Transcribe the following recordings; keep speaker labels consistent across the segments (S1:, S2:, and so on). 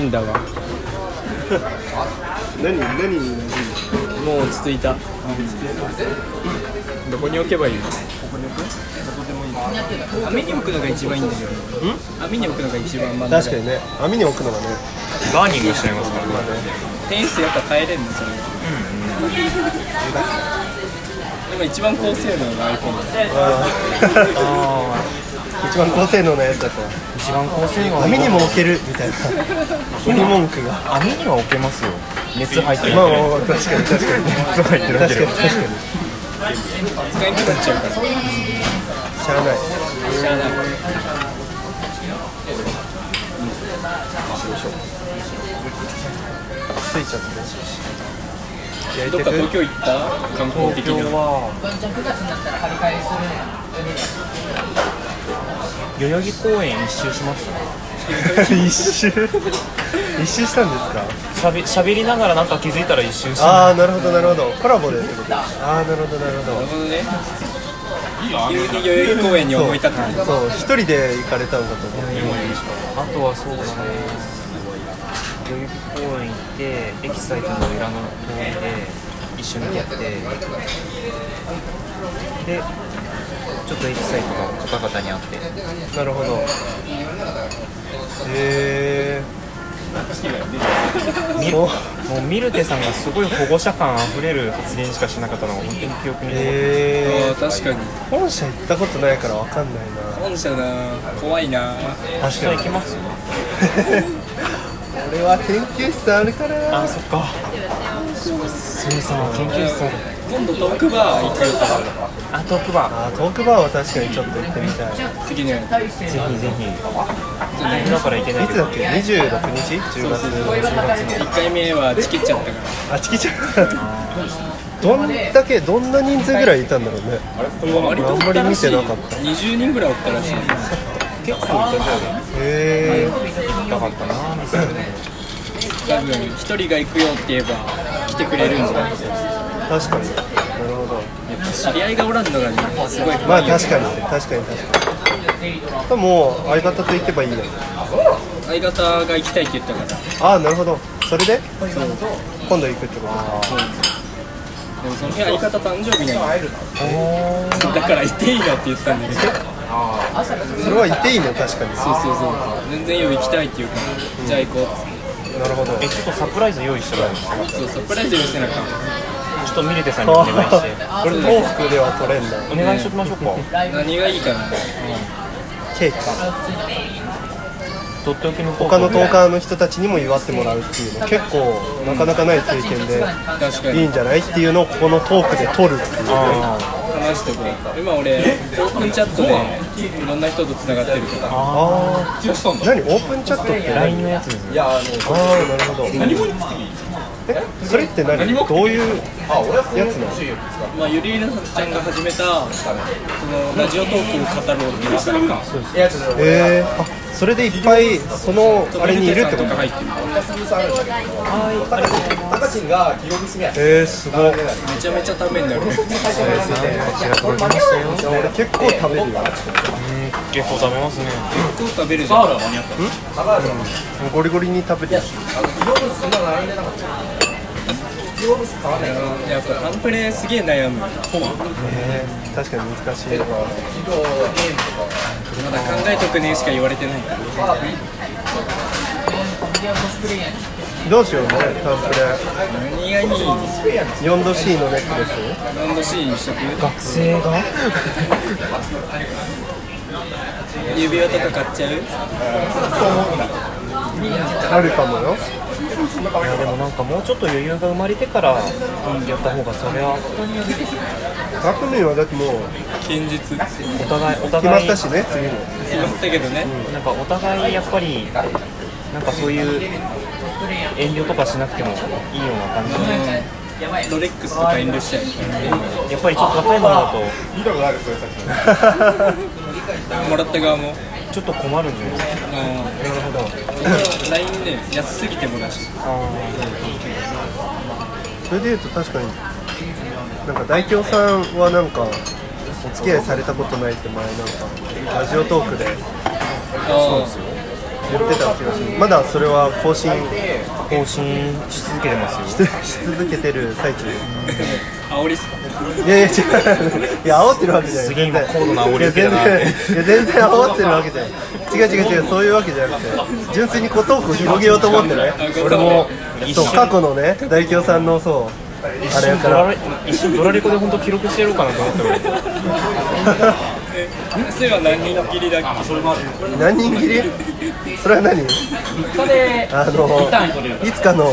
S1: 涙が
S2: 何何に
S1: もう落ち着いた、どこに置けばいいのここに置くどこでもいい網に置くのが一番いいんだけど網に置くのが一番まだ
S2: 確かにね網に置くのがね
S3: バーニングしちゃいますからね
S1: テニスやっぱ変えれんのそれ、今一番高性能の iPhone
S2: 一番高性能なやつだと
S3: 一番高性能
S2: 網にも置けるみたいな鬼文句が
S3: 網には置けますよ熱入ってる
S2: まあまあまあ確かに確か に
S3: 熱入ってるだけ
S2: 確か
S3: で
S2: に確かに
S1: 使いにくくなっちゃうから
S2: しゃあない
S1: 知らない
S2: ついちゃってやり
S1: ど
S2: て
S1: っ
S2: く
S1: か東京行った観光的
S3: 東
S1: に
S3: 京
S1: は
S3: は代々木公園一周しましたね
S2: 一周一周したんですか
S3: しゃべしゃべりながらなんか気づいたら一周して
S2: ああなるほどなるほどコラボでってことああなるほどなるほ
S1: なるほどね急に代々木公園に思い立った
S2: どそう一人で行かれたのかと思う
S3: あとはそうだね代々木公園行ってエキサイトの裏の公園で一緒にやってでちょっとエキサイトの方々に会って
S2: なるほどへえ
S3: み
S2: そう
S3: もうミルテさんがすごい保護者感あふれる発言しかしなかったのが本当に記憶
S2: へ
S3: に残ってる
S2: え
S1: あー確かに
S2: 本社行ったことないからわかんないな
S1: 本社な怖いな
S2: 確
S3: じゃあ行きます
S2: 俺は研究室あるから
S3: あそっかすみさん研究室ある
S1: 今度トークバー行くか
S3: あトークバ
S2: あートークバーは確かにちょっと行ってみたいい
S1: ら次のやつ
S3: ーぜひぜひ大変だから行けないけ
S2: つ
S3: ど
S2: だっけ26日10月
S1: 1回目はチキっちゃったから
S2: あチキちゃんどんだけどんな人数ぐらいいたんだろうね
S1: 割とおったらしい
S2: あんまり見てなかった
S1: 20人ぐらいおったらしい
S3: 結構行ったけ
S2: へえ
S3: ど痛かったなぁ
S1: 多分1人が行くよって言えば来てくれるんじゃない
S2: 確かになるほど
S1: 知り合いがおらんのがねすごい
S2: ま
S1: 怖
S2: あ
S1: いよ
S2: 確かに確かに確かにもう相方と行けばいいや
S1: 相方が行きたいって言ったからで
S2: ああなるほどそれで今度行くってことか
S1: もその日相方誕生日なんよだから行っていいよって言ったんだけどそう
S2: それは行っていいね確かに
S1: そうそう全然よ行きたいって言うからじゃあ行こうっ
S2: なるほど
S3: えちょっとサプライズ用意してもらえますか
S1: つってそうサプライズ用意せなあかん
S3: ちょっとミルテさんにお
S2: これ
S3: 願いして
S2: 往復では取れんな
S3: お願いしときましょうか
S1: 何がいいかな
S2: ケーキ
S3: とっておきの効
S2: 他
S3: 果
S2: のトーカーの人たちにも祝ってもらうっていうの結構なかなかない経験で
S1: 確か
S2: いい
S1: に
S2: んじゃないっていうのをここのトークで取るっていう
S3: あ
S1: 話してこう今俺オープンチャットでいろんな人とつながってるから
S2: ああ何オープンチャットって
S3: ー
S2: あ
S3: LINE のやつですね
S2: あなるほどえそれって何どういうやつなの
S1: まあ、ゆりりなちゃんが始めたそのラジオトークを語ろうっていうサイト
S2: えー、あそれでいっぱいそのあれにいるってこと
S1: とか入ってるめ
S2: えー、すごい
S1: ちゃめちゃためになる
S2: 俺結構食べるよ
S3: 結構食べますね
S1: 結構食べるじゃん
S2: ゴリゴリに食べてる
S1: やっぱタンプレすげえ悩むま
S2: えー、確かに難しい
S1: だ考えとくねしか言われてないから
S2: どうしようねタンプ
S1: 何
S2: レ
S1: がいいラ
S2: 4°C のネックレス
S1: ンドシーンにしとく
S2: 学生が
S1: 指輪とか買っちゃう
S2: あるかもよ
S3: いやでもなんかもうちょっと余裕が生まれてからやった方がそれは
S2: ガクミンはだってもう
S1: 堅実決まっ
S3: お互いお
S2: 決まっ
S3: 互い
S2: たしね次も
S1: たけどね
S3: なんかお互いやっぱりなんかそういう遠慮とかしなくてもいいような感
S1: う
S3: じ
S1: んロレックスとか遠慮しちゃう
S3: やっぱりちょっと高いものだと
S1: もらった側も
S3: ちょっと困るんじゃないですか
S1: うんなるほど LINE ね安すぎてもだし
S2: それでいうと確かになんか大京さんはなんかお付き合いされたことないって前なんかラジオトークで
S1: そうですよ
S2: 言ってた気がしますまだそれは更新
S3: 更新し続けてます
S2: し
S3: よ
S2: し続けてる最中
S1: 煽りっすか
S2: いやいや違うい や煽ってるわけじゃない
S3: すげえ今
S2: 全然
S3: 高度な煽り受け
S2: いや
S3: だな
S2: 全然いや全然煽ってるわけじゃない違う違う違うそういうわけじゃなくて純粋に小トークを広げようと思ってね
S1: 俺も
S2: そう過去のね大京さんのそうあれやか
S3: ドラ
S2: ら
S3: レ一瞬ドラレコで本当記録してやろうかなと思って俺
S1: 先生は何人切りだっけそれもある
S2: 何人切りそれは何
S1: 他で
S2: あのいつかの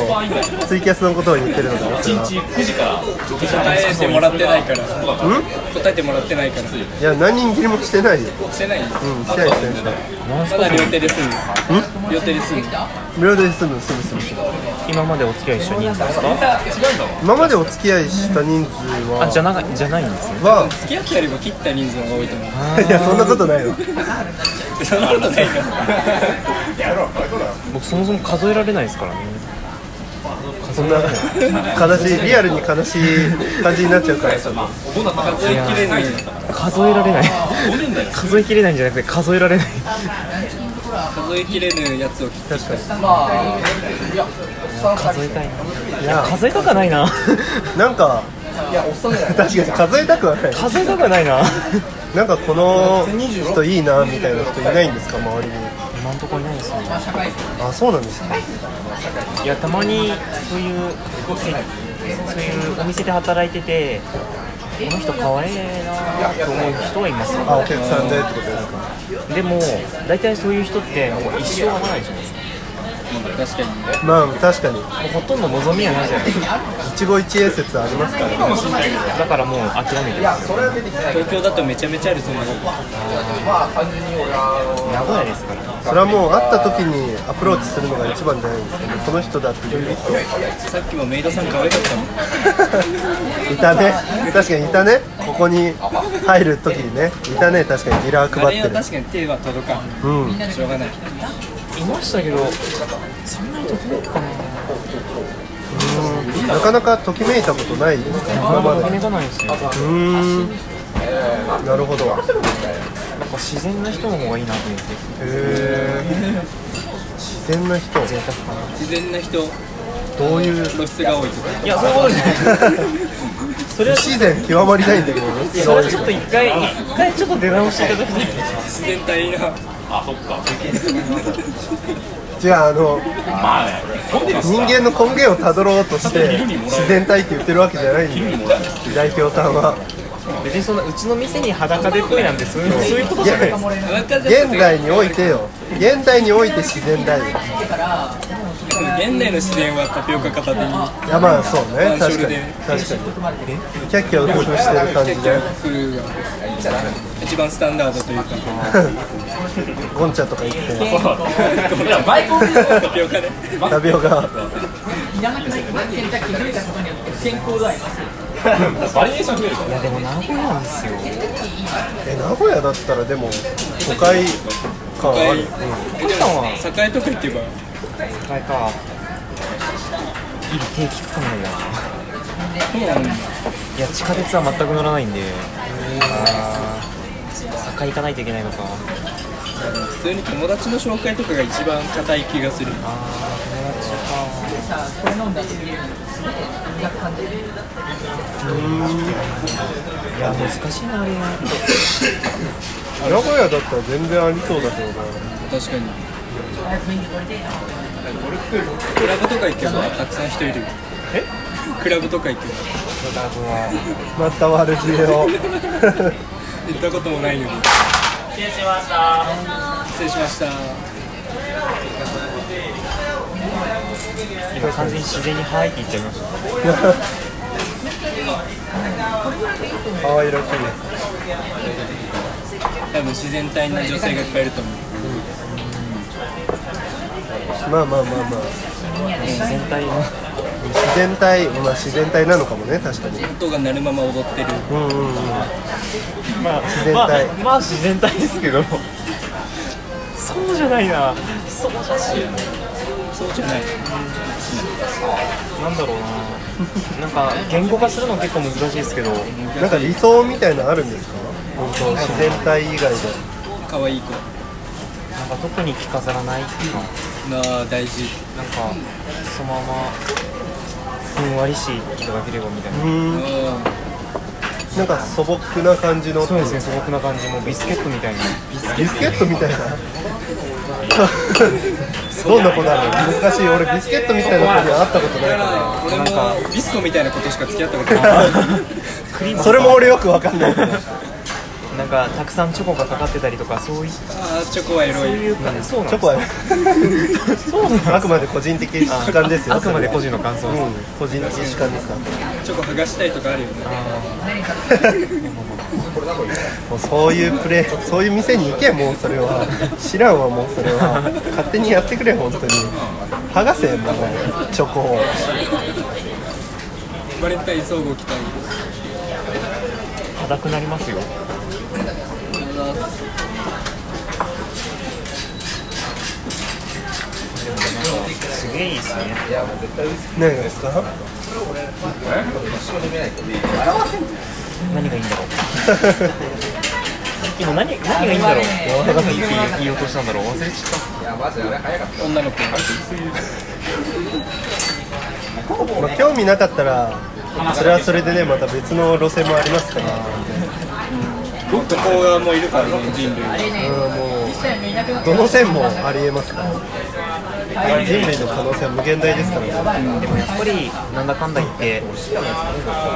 S2: ツイキャスのことを言ってるのかなそれは
S1: 答えてもらってないから答えてもらってないからし
S2: いや何人切りもしてないよ
S1: てない
S2: うんしてないしてないしてない
S1: ただ両手で済む両手で済む
S2: 無料で済む済む済む済む
S3: 今までお付き合い一緒にいたんですか
S2: 今までお付き合いした人数
S3: あじゃ
S2: は
S3: なじゃないんですね
S2: は
S1: 付き合ってよりも切った人数の方が多いと思
S2: いやそんなことないよ
S1: うそんなことない か
S3: 僕そもそも数えられないですからね
S2: そんな悲しいリアルに悲しい感じになっちゃうから
S1: 数えきれない
S3: 数えられない数えきれないんじゃなくて数えられない
S1: 数えきれぬやつを切った
S2: 確かに
S3: 数えたいない
S2: いや
S3: 数えたくないな
S2: なんか確かに数えたくはない
S3: 数えたくないな
S2: なんかこの人いいなみたいな人いないんですか周りに
S3: 今んとこいないですね
S2: あそうなんですか
S3: いやたまにそういうそういうお店で働いててこの人可愛いなと思う人はいます
S2: あお客さんでってことですか
S3: でも大体そういう人ってもう一生会わないじゃないですか
S1: 確かに
S2: まあ確かに
S3: もうほとんど望みはないじゃないですか
S2: 一期一会説ありますからね
S3: だからもう諦めてますよ
S1: 東京だとめちゃめちゃあるそんなこと
S3: 名古屋ですから
S2: それはもう会った時にアプローチするのが一番じゃないんですかねこの人だっていう人
S1: さっきもメイドさん可愛かったもん
S2: いたね確かにいたねここに入る時にねいたね確かにギラー
S1: あ
S2: 配
S1: れ
S2: って
S1: は
S2: る
S1: 確かに手は届かん
S2: うん
S1: しょうがない
S3: いましたけどそんなに得意かな
S2: なかなかときめいたことないですね今ま
S3: あんま
S2: で
S3: り決めないんですよ
S2: うーんなるほど
S3: なんか自然な人の方がいいなと思って
S2: へえ自然な人
S3: 贅沢かな
S1: 自然な人
S2: どう いう
S1: 露出が多いとか
S3: いやそういうことじゃないそれは
S2: 不自然極まりないんだけどね
S3: いやそれはちょっと一回一回ちょっと出直していただきたい
S1: 自然体な
S2: じゃああの人間の根源をたどろうとして自然体って言ってるわけじゃないんで代表さんは
S3: 別にそんなうちの店に裸で来いなんてそういうそういうこと
S2: い
S3: じゃない
S2: や
S3: です
S2: 現代においてよ現代において自然体よ
S1: 現代の自然はタピオカ片手に
S2: いやまあそうね
S1: まあ
S2: 確
S1: それ
S2: かに
S1: で
S2: 確かにキャッキャウキウキしてる感じ
S1: 結
S2: で
S1: 局来るが一番スタンダードというか
S2: ゴンチャとか行って
S1: バイコンタピオカね
S2: タピオカ
S3: いやでも名古屋なんですよ
S2: え名古屋だったらでも都会感ある
S3: パンさんは
S1: 栄とか行けば
S3: あれかギリ手利くかないな
S1: そうなんだ
S3: いや地下鉄は全く乗らないんであー坂行かないといけないのか
S1: 普通に友達の紹介とかが一番硬い気がする
S3: あー友達かいや難しいなあれ
S2: 名古屋だったら全然ありそうだけどな
S1: 確かにクラブとか行けばたくさん人いる
S2: え
S1: クラブとか行けば
S3: ラブは
S2: また悪知恵を
S1: 行ったこともないのに失礼しました
S3: 今完全に自然に入っていっちゃいました
S2: 可愛らしい
S1: 多分自然体な女性がいっぱいいると思う
S2: まあまあまあまあ
S3: 自然体の
S2: 自然体まあ自然体なのかもね確かに
S1: 音が鳴るまま踊ってる
S2: うんうんうん
S3: まあ
S2: 自然体
S3: まあ、まあ自然体ですけどそうじゃないなそうじゃない
S1: そうじゃない
S3: なんだろうななんか言語化するの結構難しいですけど
S2: なんか理想みたいなのあるんですか自然体以外で
S1: 可愛い子
S3: なんか特に着飾らないとか
S1: なあ大事
S3: なんかそのままふんわりしていただければみたいな、
S2: うんなんか素朴な感じの
S3: そうですね素朴な感じもビスケットみたいなビス
S2: ビスケットみたいなどんな子なの難しい俺ビスケットみたいな子に会ったことないか
S1: 俺
S3: なんか
S1: もビスコみたいなことしか付き合ったことない
S3: クリーム
S2: ら
S3: が
S2: それも俺よくわかんない
S3: なんかたくさんチョコがかかってたりとかそういうそ
S1: あーチョコはエロ
S3: う
S1: い
S3: いうか、そうなん
S2: チョコはあくまで個人的主観ですよ
S3: あくまで個人の感想
S2: う
S3: です、
S2: ん個人的主観ですか
S1: チョコ剥がしたいとかあるよね
S2: もうそういうプレーそういう店に行けもうそれは知らんわもうそれは勝手にやってくれ本当に剥がせもうチョコを
S1: バレンタイン総合期待
S3: 硬くなりますよでもなんかすげえいいですね
S2: 何がですか
S3: 何がいいんだろう 今何何がいいんだろう何がいいって言おうとしたんだろう忘れちゃっ
S1: 女の子
S2: まあ、興味なかったらそれはそれでねまた別の路線もありますから、
S1: 男がもういるからね人類
S2: うん、もうどの線もありえますから人類の可能性は無限大ですからね
S3: たでもやっぱりなんだかんだ言って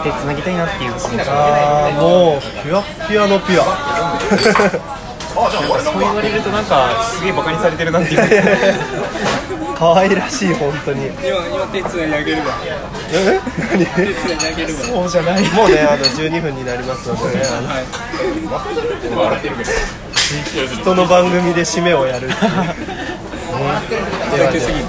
S3: 手つなぎたいなっていう気持ちが
S2: ああもうピュアピュアのピュア
S3: そう言われるとなんかすげえバカにされてるなっていう
S2: 可愛らしい本当に
S1: 今今手つないであげるわ
S2: え何
S1: 手つないであげるわ
S3: そうじゃない
S2: もうねあの12分になりますのでねあの
S1: はい
S2: 人の番組で締めをやるっていう
S1: ふざけすぎ